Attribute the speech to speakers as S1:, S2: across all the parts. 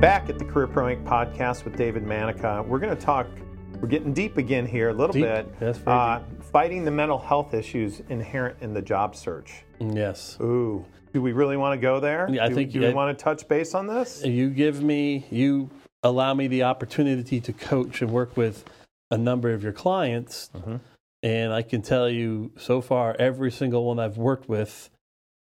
S1: back at the Career Pro Inc. podcast with David Manica. We're going to talk, we're getting deep again here a little
S2: Deep.
S1: bit. uh,
S2: That's very
S1: Fighting the mental health issues inherent in the job search.
S2: Yes.
S1: Ooh. Do we really want to go there?
S2: Yeah, I
S1: do,
S2: think
S1: do we
S2: that-
S1: want to touch base on this?
S2: You give me, you allow me the opportunity to coach and work with a number of your clients.
S1: Mhm.
S2: And I can tell you so far, every single one I've worked with,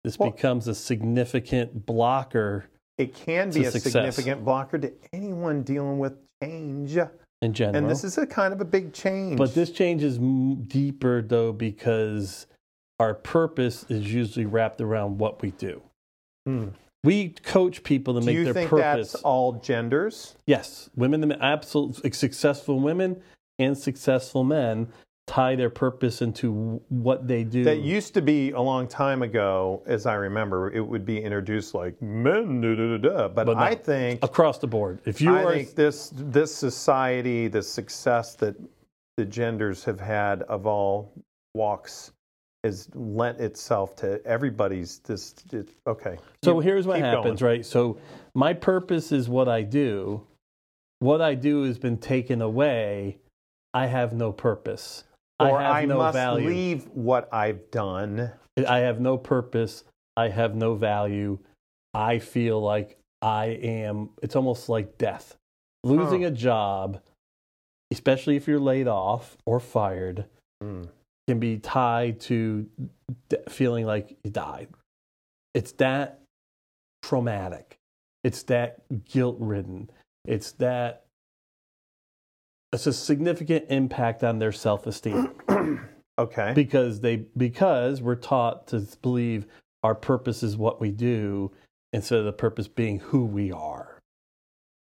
S2: this
S1: Well-
S2: becomes a significant blocker
S1: It can
S2: It's
S1: be
S2: a
S1: a
S2: success.
S1: significant blocker to anyone dealing with change.
S2: in general.
S1: And this is a kind of a big change.
S2: But this change is m- deeper, though, because our purpose is usually wrapped around what we do.
S1: Hmm.
S2: We coach people to
S1: do
S2: make
S1: you
S2: their
S1: think
S2: purpose.
S1: that's all genders?
S2: yes, women, the absolute successful women and successful men tie their purpose into w- what they do.
S1: That used to be a long time ago, as I remember, it would be introduced like men, da, da, da, da. But,
S2: But no.
S1: I think
S2: across the board. If you
S1: I
S2: are
S1: think this this society, the success that the genders have had of all walks, has lent itself to everybody's. This it, okay.
S2: So
S1: You-
S2: here's what
S1: keep
S2: happens, right? So my purpose is what I do. What I do has been taken away. I have no purpose.
S1: Or
S2: I have
S1: I
S2: no
S1: must
S2: value.
S1: leave what I've done.
S2: I have no purpose. I have no value. I feel like I am. It's almost like death. Losing
S1: Huh.
S2: a job, especially if you're laid off or fired,
S1: Hmm.
S2: can be tied to d- feeling like you died. It's that traumatic. It's that guilt ridden. It's that. It's a significant impact on their self esteem
S1: Okay.
S2: because they because we're taught to believe our purpose is what we do instead of the purpose being who we are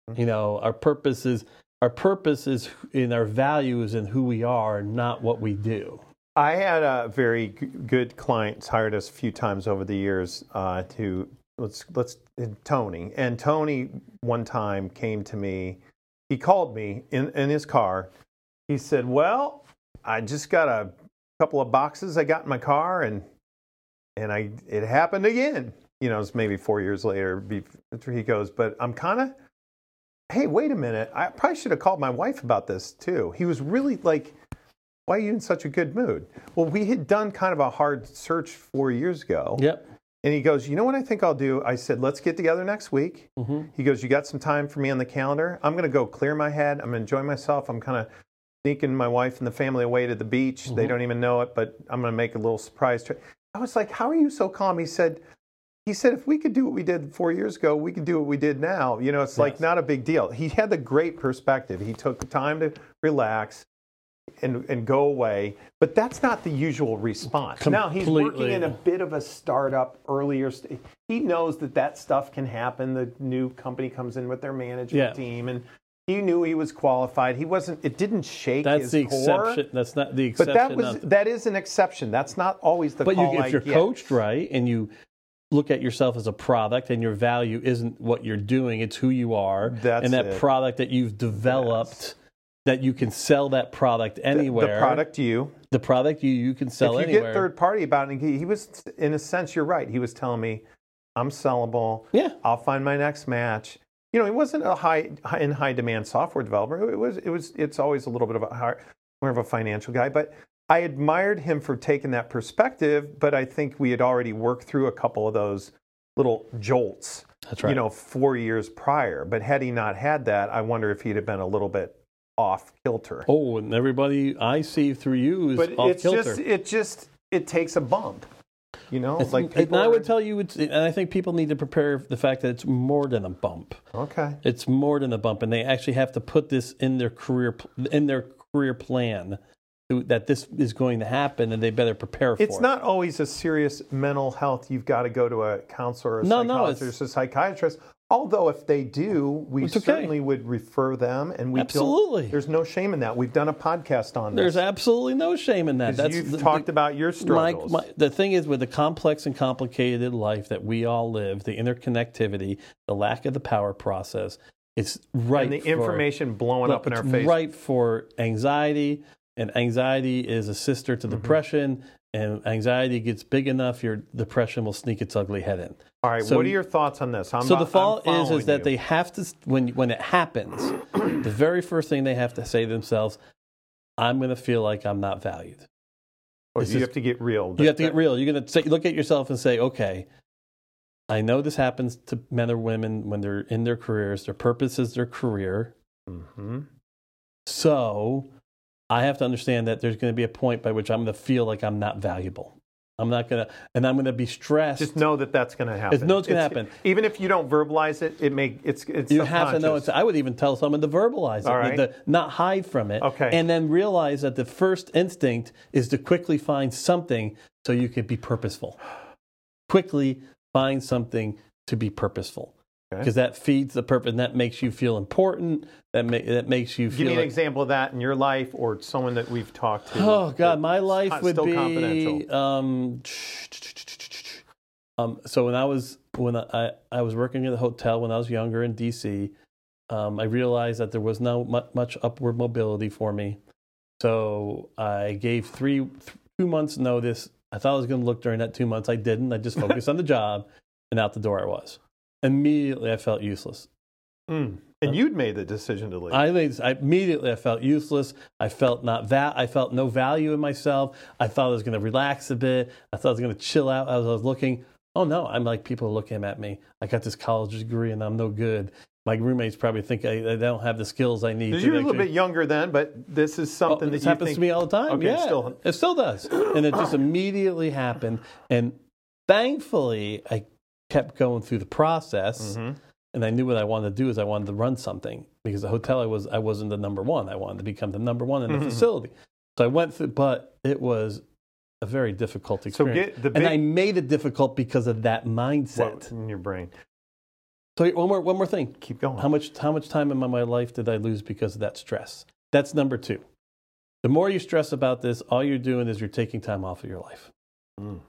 S1: Mm-hmm.
S2: you know our purpose is our purpose is in our value is in who we are not what we do
S1: I had a very g- good client hired us a few times over the years uh, to let's let's and Tony and Tony one time came to me. He called me in in his car. He said, "Well, I just got a couple of boxes I got in my car and and I it happened again. You know, it's maybe four years later. be- After he goes, but I'm kind of." Hey, wait a minute. I probably should have called my wife about this too. He was really like, why are you in such a good mood? Well, we had done kind of a hard search four years ago.
S2: yep
S1: And he goes, You know what I think I'll do? I said, Let's get together next week.
S2: Mhm.
S1: He goes, You got some time for me on the calendar? I'm going to go clear my head. I'm going to enjoy myself. I'm kind of sneaking my wife and the family away to the beach.
S2: Mm-hmm.
S1: They don't even know it, but I'm going to make a little surprise trip. I was like, How are you so calm? He said, he said, if we could do what we did four years ago, we could do what we did now. You know, it's like
S2: Yes.
S1: not a big deal. He had the great perspective. He took the time to relax and, and go away. But that's not the usual response. Now he's working
S2: Completely.
S1: in a bit of a startup earlier. St- he knows that that stuff can happen. The new company comes in with their management
S2: Yeah.
S1: team, and he knew he was qualified. He wasn't. It didn't shake.
S2: that's
S1: his
S2: the
S1: core,
S2: exception that's not the
S1: But
S2: exception
S1: that was
S2: not the-
S1: that is an exception. That's not always the
S2: but
S1: call.
S2: you,
S1: I
S2: if you're
S1: get.
S2: coached right and you look at yourself as a product and your value isn't what you're doing it's who you are
S1: That's
S2: and that
S1: it.
S2: product that you've developed that you can sell that product anywhere
S1: the product you
S2: the product you you can sell
S1: if you
S2: anywhere
S1: get third party about it, and he, he was in a sense, you're right. He was telling me, I'm sellable.
S2: yeah
S1: I'll find my next match. You know, he wasn't a high, high in high demand software developer. It was it was it's always a little bit of a hard, more of a financial guy, but. I admired him for taking that perspective, but I think we had already worked through a couple of those little jolts,
S2: that's right
S1: you know, four years prior. But had he not had that, I wonder if he'd have been a little bit off kilter.
S2: oh and everybody i see through you is
S1: but
S2: off
S1: it's
S2: kilter
S1: just it just it takes a bump you know
S2: It's-
S1: like
S2: and
S1: people
S2: i
S1: are-
S2: would tell you it's, and i think people need to prepare for the fact that it's more than a bump
S1: okay
S2: it's more than a bump and they actually have to put this in their career pl- in their career plan to- that this is going to happen and they better prepare for
S1: it's
S2: it.
S1: not always a serious mental health you've got to go to a counselor or a
S2: No, no, it's-
S1: psychologist or psychiatrist although if they do we
S2: It's okay.
S1: certainly would refer them and we don't-
S2: Absolutely.
S1: there's no shame in that we've done a podcast on
S2: There's
S1: this
S2: absolutely no shame in that.
S1: 'Cause
S2: That's
S1: you've
S2: the-
S1: talked
S2: the-
S1: about your struggles
S2: My, my, the thing is, with the complex and complicated life that we all live, the interconnectivity, the lack of the power process, it's right.
S1: and the
S2: for-
S1: information blowing
S2: look,
S1: up in
S2: it's
S1: our face Mm-hmm.
S2: Right for anxiety, and anxiety is a sister to depression, and anxiety gets big enough, your depression will sneak its ugly head in.
S1: All right.
S2: So-
S1: what are your thoughts on this? I'm
S2: so
S1: not-
S2: the fault
S1: I'm
S2: is is
S1: following
S2: that
S1: you.
S2: they have to when when it happens, the very first thing they have to say to themselves, "I'm going to feel like I'm not valued."
S1: Or
S2: this
S1: Oh, you
S2: is-
S1: have to get real.
S2: You have to get real. You're going to say, look at yourself and say, "Okay, I know this happens to men or women when they're in their careers. Their purpose is their career.
S1: hmm
S2: So I have to understand that there's going to be a point by which I'm going to feel like I'm not valuable. I'm not going to, and I'm going to be stressed.
S1: Just know that that's going to happen.
S2: know it's gonna happen.
S1: Even if you don't verbalize it, it may it's it's
S2: you have to know
S1: subconscious.
S2: it's. I would even tell someone to verbalize it,
S1: All right.
S2: the- not hide from it,
S1: Okay.
S2: and then realize that the first instinct is to quickly find something so you could be purposeful. Quickly find something to be purposeful
S1: Okay.
S2: because that feeds the purpose and that makes you feel important. That ma- that makes you
S1: Give
S2: feel
S1: me an
S2: like-
S1: example of that in your life or someone that we've talked to.
S2: Oh God, my
S1: It's
S2: life
S1: con-
S2: would
S1: still
S2: be
S1: confidential.
S2: um. um, So when I was when I I was working at a hotel when I was younger in D.C., um, I realized that there was no mu- much upward mobility for me. So I gave three th- two months notice. I thought I was going to look during that two months. I didn't. I just focused on the job, and out the door I was. Immediately, I felt useless.
S1: Mm. And you'd made the decision to leave.
S2: I, think- I immediately I felt useless. I felt not that I felt no value in myself. I thought I was going to relax a bit. I thought I was going to chill out as I was looking. Oh no, I'm like people are looking at me. I got this college degree and I'm no good. My roommates probably think I, I don't have the skills I need.
S1: you
S2: to
S1: were a little
S2: actually-
S1: bit younger then, but this is
S2: Oh,
S1: something
S2: this
S1: that you
S2: happens
S1: think
S2: to me all the time.
S1: Okay,
S2: yeah,
S1: it's still-
S2: it still does, and it just immediately happened. And thankfully, I kept going through the process,
S1: Mm-hmm.
S2: and I knew what I wanted to do is I wanted to run something because the hotel I was I wasn't the number one. I wanted to become the number one in
S1: Mm-hmm.
S2: the facility. So I went through, but it was a very difficult
S1: So
S2: experience.
S1: get the
S2: and
S1: big
S2: I made it difficult because of that
S1: what-
S2: mindset.
S1: in your brain.
S2: So one more one more thing.
S1: Keep going.
S2: How much how much time in my, my life did I lose because of that stress? That's number two. The more you stress about this, all you're doing is you're taking time off of your life.
S1: Mm.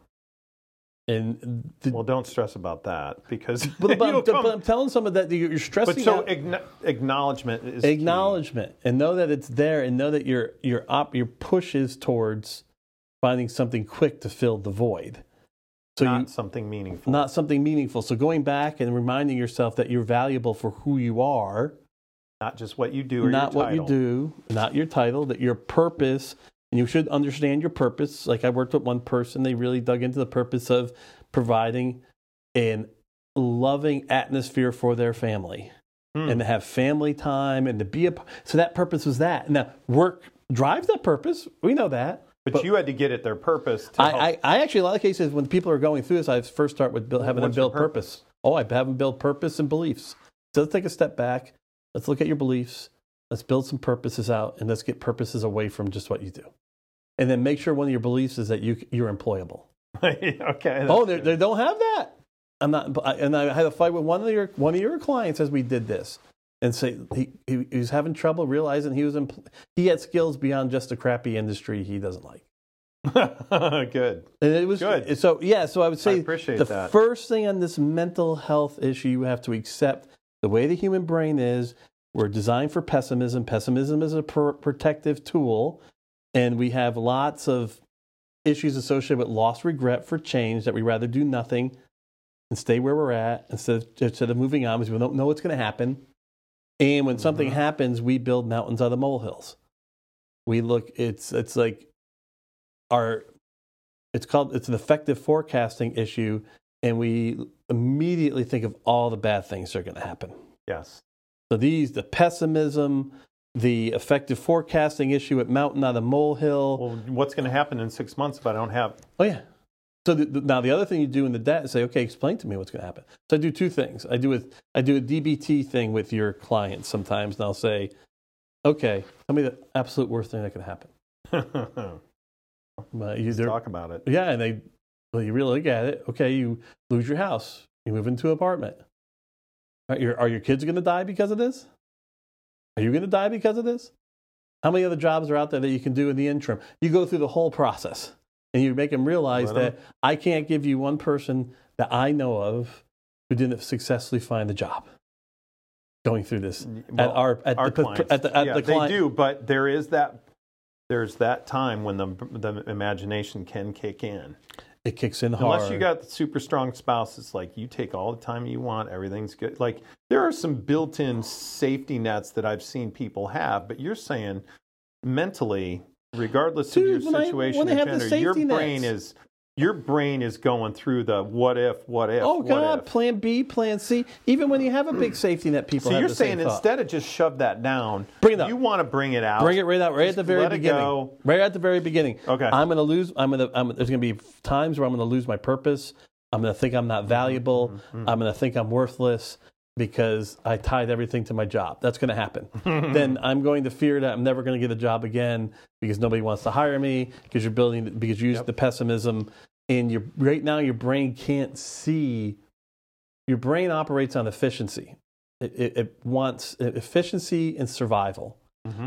S2: And the,
S1: Well, don't stress about that because
S2: but, but-
S1: you'll
S2: but
S1: come-
S2: I'm telling someone that you- you're
S1: But
S2: stressing
S1: so
S2: out
S1: agno- acknowledgement is key.
S2: acknowledgement and know that it's there and know that your your op, your push is towards finding something quick to fill the void. So
S1: not
S2: you
S1: something meaningful.
S2: not something meaningful. So going back and reminding yourself that you're valuable for who you are.
S1: not just what you do or
S2: not
S1: your
S2: what you
S1: title.
S2: do, not your title, that your purpose, and you should understand your purpose. Like I worked with one person, they really dug into the purpose of providing an loving atmosphere for their family
S1: Hmm.
S2: and to have family time and to be a p- so that purpose was that. Now, work drives that purpose. We know that.
S1: but, you had to get at their purpose. To help.
S2: I, I, I actually, a lot of cases when people are going through this, I first start with build, having them
S1: What's your
S2: build purpose. Oh, I have them build purpose and beliefs. So let's take a step back. Let's look at your beliefs. Let's build some purposes out, and let's get purposes away from just what you do. And then make sure one of your beliefs is that you you're employable.
S1: okay.
S2: oh, they, they don't have that. I'm not. I- And I had a fight with one of your one of your clients as we did this, and say he, he, he was having trouble realizing he was empl- he had skills beyond just the crappy industry he doesn't like.
S1: they're good.
S2: And it was
S1: Good.
S2: So yeah, so I would say
S1: appreciate
S2: the
S1: that.
S2: first thing on this mental health issue you have to accept the way the human brain is. We're designed for pessimism. Pessimism is a pr- protective tool, and we have lots of issues associated with loss, regret for change that we rather do nothing and stay where we're at instead of, instead of moving on because we don't know what's going to happen. And when something happens, we build mountains out of molehills. We look. It's it's like our it's called it's an effective forecasting issue, and we immediately think of all the bad things that are going to happen.
S1: Yes.
S2: So these the pessimism, the effective forecasting issue at mountain out of molehill.
S1: Well, what's going to happen in six months if I don't have?
S2: Oh yeah. So the, the- now the other thing you do in the debt is say, okay, explain to me what's going to happen. So I do two things. I do a, I do a DBT thing with your clients sometimes, and I'll say, okay, tell me the absolute worst thing that could happen.
S1: Let's
S2: Uh, you- they're-
S1: talk about it.
S2: yeah, and they well, you really look at it. Okay, you lose your house, you move into an apartment. Are your, are your kids going to die because of this? Are you going to die because of this? How many other jobs are out there that you can do in the interim? You go through the whole process, and you make them realize
S1: Let 'em-
S2: that I can't give you one person that I know of who didn't successfully find a job going through this
S1: Mm, Well,
S2: at our at
S1: Our
S2: the,
S1: clients.
S2: at the, at
S1: yeah,
S2: the client.
S1: they do, but there is that there's that time when the the imagination can kick in.
S2: It kicks in hard.
S1: Unless you got the super strong spouse, it's like you take all the time you want, everything's good. Like there are some built-in safety nets that I've seen people have, but you're saying mentally, regardless
S2: Dude,
S1: of
S2: when
S1: your
S2: I-
S1: situation
S2: when I
S1: and
S2: have the
S1: gender, your
S2: safety
S1: brain
S2: nets.
S1: is your brain is going through the what if, what if,
S2: oh
S1: what
S2: God,
S1: if.
S2: Plan B, Plan C. Even when you have a big safety net, people.
S1: So
S2: have
S1: you're
S2: the
S1: saying
S2: same thought.
S1: instead of just shove that down,
S2: Bring it up.
S1: you want to bring it out.
S2: Bring it right out, right at the very
S1: let it
S2: beginning.
S1: go.
S2: Right at the very beginning.
S1: Okay.
S2: I'm gonna lose. I'm gonna. I'm, there's gonna be times where I'm gonna lose my purpose. I'm gonna think I'm
S1: Mm-hmm,
S2: not valuable. I'm gonna think I'm worthless because I tied everything to my job. That's gonna happen. then I'm going to fear that I'm never gonna get a job again because nobody wants to hire me because you're building because you use the pessimism and your right now your brain can't see. Your brain operates on efficiency. It, it, it wants e-, efficiency and survival.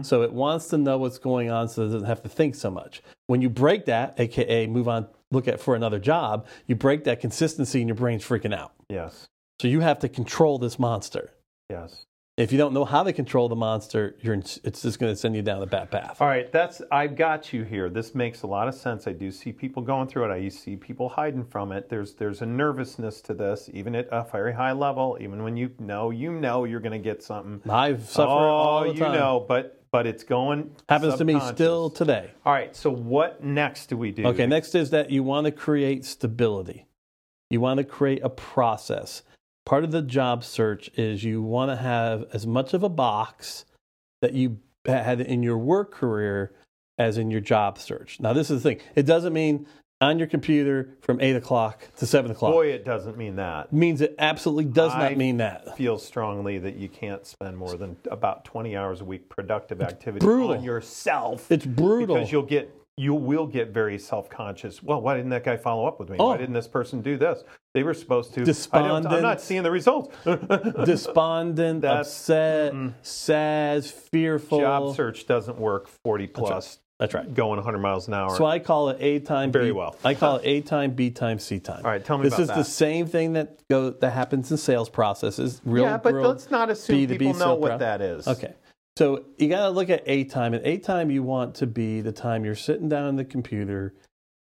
S2: So it wants to know what's going on so it doesn't have to think so much. When you break that, aka move on, look at for another job, you break that consistency and your brain's freaking out.
S1: Yes.
S2: So you have to control this monster.
S1: Yes.
S2: If you don't know how to control the monster, you're in, it's just going to send you down the bad path.
S1: All right, that's I've got you here. This makes a lot of sense. I do see people going through it. I see people hiding from it. There's there's a nervousness to this, even at a very high level. Even when you know you know you're going to get something.
S2: I've suffered
S1: oh,
S2: all the
S1: you
S2: time.
S1: know, but but it's going
S2: Happens to me
S1: subconscious.
S2: still today.
S1: All right, so what next do we do?
S2: Okay, next is that you want to create stability. You want to create a process. Part of the job search is you want to have as much of a box that you had in your work career as in your job search. Now, this is the thing it doesn't mean on your computer from eight o'clock to seven o'clock.
S1: Boy, it doesn't mean that.
S2: It means it absolutely does
S1: I-
S2: not mean that.
S1: Feel strongly that you can't spend more than about 20 hours a week productive activity
S2: brutal.
S1: on yourself.
S2: It's brutal.
S1: because you'll get you will get very self-conscious. Well, why didn't that guy follow up with me?
S2: Oh.
S1: Why didn't this person do this? They were supposed to. I don't- I'm
S2: Despondent.
S1: not seeing the results.
S2: Despondent,
S1: That's-
S2: upset, sad, fearful.
S1: Job search doesn't work 40 plus
S2: That's right.
S1: going 100 miles an hour.
S2: So I call it A time.
S1: Very
S2: B,
S1: well.
S2: I call it A time, B time, C time.
S1: All right, tell me
S2: this
S1: about
S2: is the
S1: that.
S2: same thing that go that happens in sales processes. Real,
S1: yeah, but
S2: real
S1: let's not assume
S2: B2B
S1: people know
S2: sales
S1: what
S2: pro-
S1: that is.
S2: Okay. So you got to look at A time. And A time, you want to be the time you're sitting down on the computer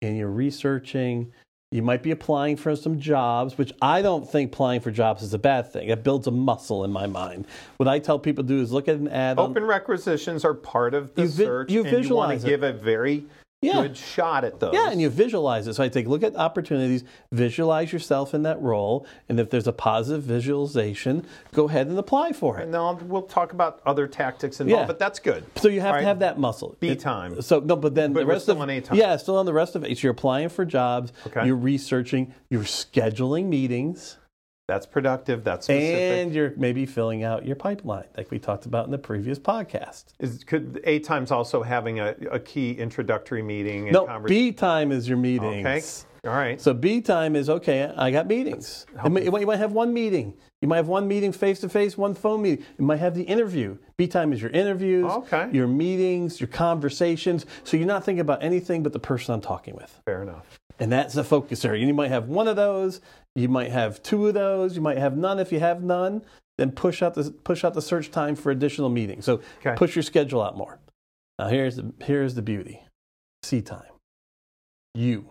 S2: and you're researching. You might be applying for some jobs, which I don't think applying for jobs is a bad thing. It builds a muscle in my mind. What I tell people to do is look at an ad. on-
S1: Open requisitions are part of the
S2: You vi-
S1: search,
S2: you
S1: and you want
S2: visualize
S1: to
S2: it.
S1: give a very
S2: Yeah.
S1: good shot at those.
S2: Yeah, and you visualize it. So I take a look at opportunities, visualize yourself in that role, and if there's a positive visualization, go ahead and apply for it.
S1: And now we'll talk about other tactics involved,
S2: Yeah.
S1: but that's good.
S2: So you have
S1: All
S2: to
S1: right,
S2: have that muscle.
S1: B
S2: It-
S1: time.
S2: So no, but then the
S1: we're
S2: rest
S1: still
S2: of
S1: on A time.
S2: yeah, still on the rest of it. So you're applying for jobs.
S1: Okay.
S2: You're researching. You're scheduling meetings,
S1: That's productive. That's specific.
S2: and you're maybe filling out your pipeline, like we talked about in the previous podcast.
S1: Is, could A times also having a, a key introductory meeting and
S2: No,
S1: conversation?
S2: B time is your meetings.
S1: Okay. All right.
S2: So B time is okay. I got meetings. I mean, you might have one meeting. You might have one meeting face to face, one phone meeting. You might have the interview. B time is your interviews,
S1: Okay.
S2: your meetings, your conversations. So you're not thinking about anything but the person I'm talking with,
S1: Fair enough.
S2: and that's the focus area. And you might have one of those. You might have two of those. You might have none. If you have none, then push out the push out the search time for additional meetings. So
S1: Okay.
S2: push your schedule out more. Now here's the, here's the beauty. C time. You.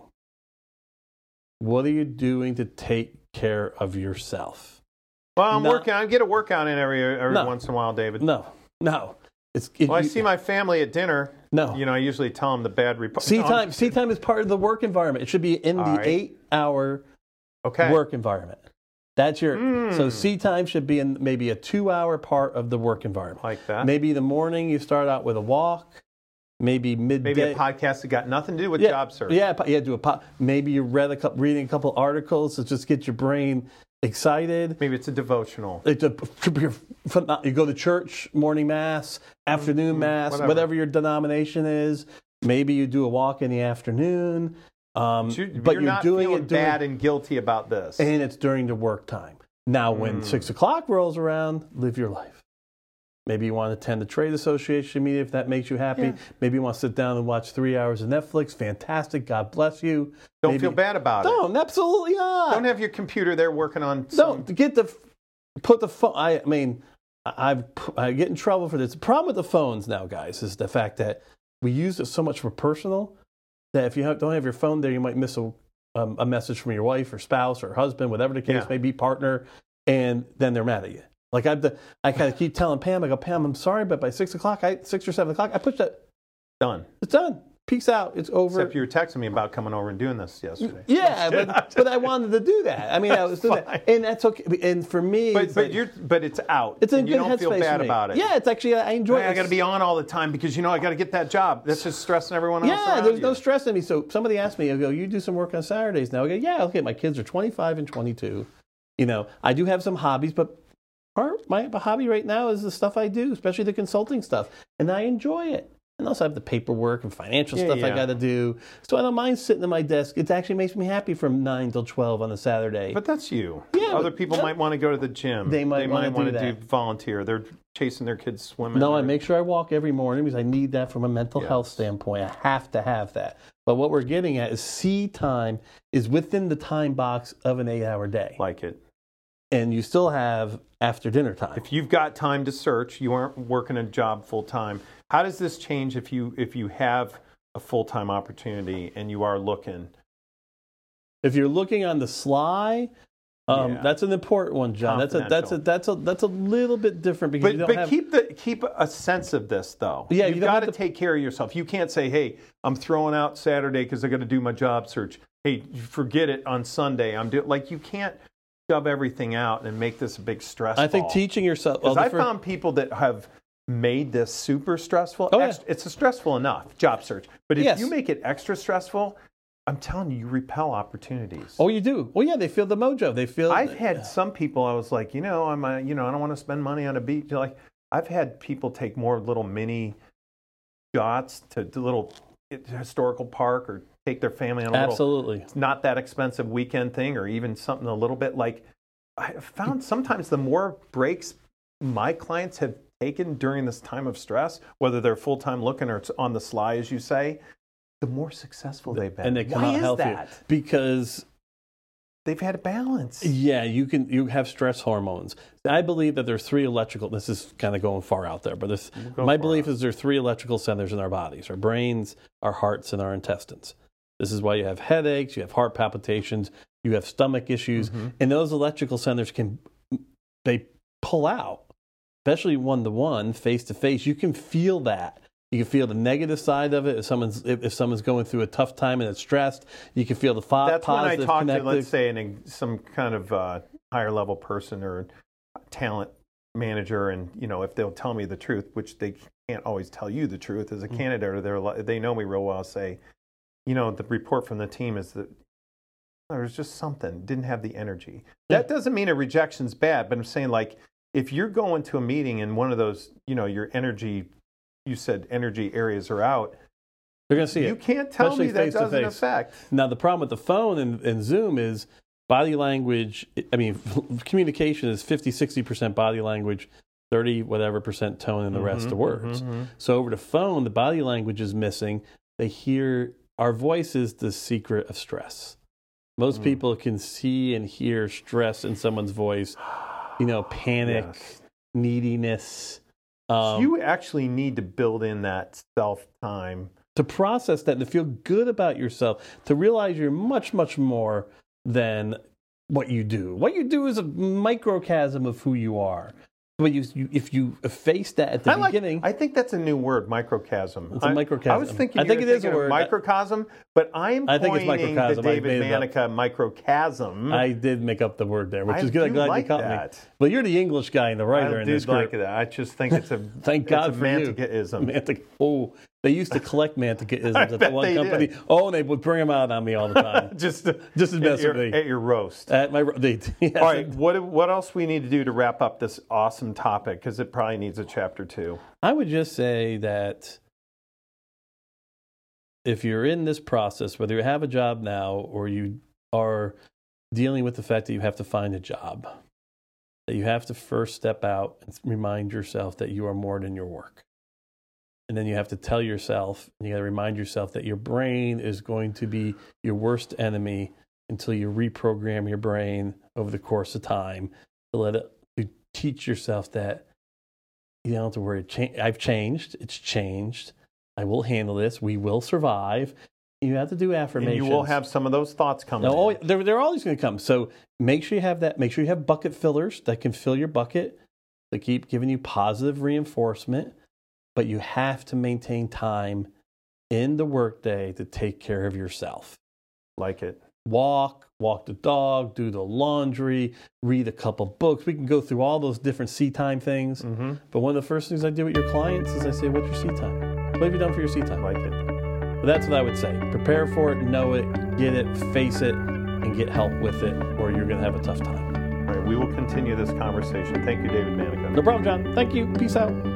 S2: What are you doing to take care of yourself?
S1: Well, I'm
S2: No.
S1: working. I get a workout in every every
S2: No.
S1: once in a while, David.
S2: No, no. It's it,
S1: Well, I
S2: you-
S1: see my family at dinner.
S2: no.
S1: You know, I usually tell them the bad Um, report.
S2: C time. C time is part of the work environment. It should be in the
S1: All right.
S2: eight-hour
S1: Okay. Hmm.
S2: work environment. That's your so C time should be in maybe a two-hour part of the work environment.
S1: Like that. Maybe,
S2: Maybe the morning you start out with a walk. Maybe midday.
S1: a podcast that got nothing to do with
S2: yeah,
S1: job search.
S2: Yeah, po- yeah. Do a po- maybe you read a couple, reading a couple articles to just get your brain excited.
S1: Maybe it's a devotional.
S2: It's a, you go to church, morning mass, afternoon mass, whatever.
S1: Mm-hmm. whatever.
S2: your denomination is. Maybe you do a walk in the afternoon, um,
S1: You-
S2: but
S1: you're,
S2: you're,
S1: not
S2: doing
S1: feeling
S2: it during,
S1: bad and guilty about this.
S2: and it's during the work time. Now, when
S1: Hmm.
S2: six o'clock rolls around, live your life. Maybe you want to attend the trade association meeting if that makes you happy. Maybe you want to sit down and watch three hours of Netflix. Fantastic. God bless you.
S1: Don't
S2: Maybe-
S1: feel bad about it.
S2: Don't absolutely not.
S1: Don't have your computer there working on.
S2: No,
S1: some-
S2: to get the put the phone. I mean, I- I've I get in trouble for this. The problem with the phones now, guys, is the fact that we use it so much for personal that if you have, don't have your phone there, you might miss a, um, a message from your wife or spouse or husband, whatever the case
S1: Yeah.
S2: may be, partner, and then they're mad at you. Like I've, the, I kind of keep telling Pam, I go, Pam, I'm sorry, but by six o'clock, I six or seven o'clock, I push that.
S1: Done.
S2: It's done. Peace out. It's over.
S1: Except you were texting me about coming over and doing this yesterday.
S2: yeah, but, but I wanted to do that. I mean, I was doing
S1: fine.
S2: that, and that's okay. And for me,
S1: But
S2: it's
S1: but
S2: like-
S1: you're but it's out.
S2: it's in
S1: and
S2: good
S1: you don't
S2: headspace
S1: feel
S2: for
S1: bad
S2: me.
S1: about it.
S2: Yeah, it's actually I enjoy.
S1: Hey,
S2: it.
S1: I got to be on all the time because you know I got to get that job. That's just stressing everyone else.
S2: Yeah,
S1: around
S2: there's
S1: you.
S2: no stress in me. So somebody asked me, I go, you do some work on Saturdays now. I go, yeah, okay, my kids are 25 and 22. You know, I do have some hobbies, but part my hobby right now is the stuff I do, especially the consulting stuff, and I enjoy it. And also I have the paperwork and financial
S1: Yeah,
S2: stuff I
S1: yeah.
S2: got to do. So I don't mind sitting at my desk. It actually makes me happy from 9 till 12 on a Saturday.
S1: But that's you.
S2: Yeah,
S1: Other
S2: but-
S1: people might want to go to the gym.
S2: They might wanna do
S1: wanna
S2: that.
S1: volunteer. They're chasing their kids swimming.
S2: No,
S1: or-
S2: I make sure I walk every morning because I need that from a mental health
S1: Yes.
S2: standpoint. I have to have that. But what we're getting at is C time is within the time box of an eight hour day.
S1: like it.
S2: And you still have after dinner time.
S1: If you've got time to search, you aren't working a job full time. How does this change if you if you have a full time opportunity and you are looking?
S2: If you're looking on the sly, um,
S1: Yeah.
S2: that's an important one, John. That's a that's a
S1: Confidential.
S2: that's a that's a little bit different because
S1: But
S2: you don't
S1: but
S2: have
S1: keep the keep a sense of this though.
S2: Yeah,
S1: you've
S2: you don't
S1: got to
S2: have to-
S1: take care of yourself. You can't say, "Hey, I'm throwing out Saturday because I got to do my job search." Hey, forget it on Sunday. I'm doing like you can't shove everything out and make this a big stress.
S2: I think
S1: ball.
S2: teaching yourself well,
S1: Because I
S2: the fir-
S1: found people that have made this super stressful.
S2: Oh, yeah.
S1: Ex- It's stressful enough, job search. But if
S2: Yes.
S1: you make it extra stressful, I'm telling you, you repel opportunities.
S2: Oh you do. Well yeah, they feel the mojo. They feel
S1: I've had some people. I was like, you know, I'm, a, you know, I don't want to spend money on a beach. You're Like, I've had people take more little mini shots to, to little eh, historical park or take their family on a little
S2: Absolutely.
S1: not that expensive weekend thing or even something a little bit like I have found sometimes the more breaks my clients have taken during this time of stress, whether they're full time looking or it's on the sly, as you say, the more successful they've been.
S2: And they come
S1: Why
S2: out
S1: is
S2: healthier.
S1: that?
S2: Because
S1: They've had a balance.
S2: Yeah, you can. You have stress hormones. I believe that there's three electrical. This is kind of going far out there, but this,
S1: go
S2: my
S1: far
S2: belief
S1: out.
S2: is there are three electrical centers in our bodies: our brains, our hearts, and our intestines. This is why you have headaches, you have heart palpitations, you have stomach issues,
S1: Mm-hmm.
S2: and those electrical centers can they pull out, especially one to one, face to face. You can feel that. You can feel the negative side of it if someone's if, if someone's going through a tough time and it's stressed. You can feel the fo-
S1: That's when I
S2: positive
S1: talk to,
S2: connective-
S1: let's say, an, ex- some kind of uh, higher level person or talent manager, and you know, if they'll tell me the truth, which they can't always tell you the truth as a
S2: Mm-hmm.
S1: candidate, or they're li- they know me real well, say, you know, the report from the team is that there was just something didn't have the energy. That doesn't mean a rejection's bad, but I'm saying like if you're going to a meeting and one of those, you know, your energy, you said energy areas are out.
S2: They're going to see it.
S1: You can't tell
S2: Especially
S1: me that
S2: face to
S1: doesn't
S2: face.
S1: affect.
S2: Now, the problem with the phone and, and Zoom is body language. I mean, communication is 50, 60% body language, 30 whatever percent tone, and the rest
S1: Mhm,
S2: of words.
S1: mhm,
S2: So, over the phone, the body language is missing. They hear our voice is the secret of stress. Most
S1: Mm.
S2: people can see and hear stress in someone's voice, you know, panic,
S1: yes.
S2: neediness. Um,
S1: you actually need to build in that self time.
S2: to process that and to feel good about yourself, to realize you're much, much more than what you do. What you do is a microcosm of who you are. But you, you, if you efface that at the
S1: I like.
S2: beginning,
S1: I think that's a new word, microcosm.
S2: It's a
S1: I-
S2: microcosm.
S1: I was thinking.
S2: I
S1: you
S2: think
S1: were
S2: it is
S1: thinking
S2: a
S1: of
S2: word.
S1: Microcosm, but I'm
S2: I think it's
S1: coining the
S2: microcosm. I
S1: David
S2: made it up.
S1: Manica microcosm.
S2: I did make up the word there, which
S1: I
S2: is good. I'm
S1: do
S2: glad
S1: like
S2: you caught me.
S1: that.
S2: Well, you're the English guy and the
S1: I
S2: writer in
S1: do
S2: this
S1: like
S2: group.
S1: that. I just think it's a
S2: Thank
S1: it's
S2: God
S1: a
S2: for you.
S1: Mantica-ism.
S2: Mantic- Oh, they used to collect manticaisms at the
S1: bet
S2: one
S1: they
S2: company.
S1: did.
S2: Oh, and they would bring them out on me all the time.
S1: Just
S2: Just as
S1: at
S2: best
S1: your,
S2: of me.
S1: at your roast.
S2: at my, they, yes,
S1: All right, what what else we need to do to wrap up this awesome topic because it probably needs a chapter two.
S2: I would just say that if you're in this process, whether you have a job now or you are dealing with the fact that you have to find a job, that you have to first step out and remind yourself that you are more than your work. And then you have to tell yourself, and you got to remind yourself that your brain is going to be your worst enemy until you reprogram your brain over the course of time to let it to teach yourself that you don't have to worry. Cha- I've changed. It's changed. I will handle this. We will survive. You have to do
S1: And
S2: affirmations.
S1: you will have some of those thoughts coming.
S2: No,
S1: in.
S2: oh, they're, they're always going to come. So make sure you have that. Make sure you have bucket fillers that can fill your bucket. They keep giving you positive reinforcement, but you have to maintain time in the workday to take care of yourself.
S1: like it.
S2: Walk, walk the dog, do the laundry, read a couple books. We can go through all those different C time things.
S1: Mm-hmm.
S2: But one of the first things I do with your clients is I say, What's your C time? What have you done for your C time?
S1: Like it.
S2: But that's what I would say. Prepare for it, know it, get it, face it, and get help with it, or you're going to have a tough time.
S1: All right, we will continue this conversation. Thank you, David Manica.
S2: No problem, John. Thank you. Peace out.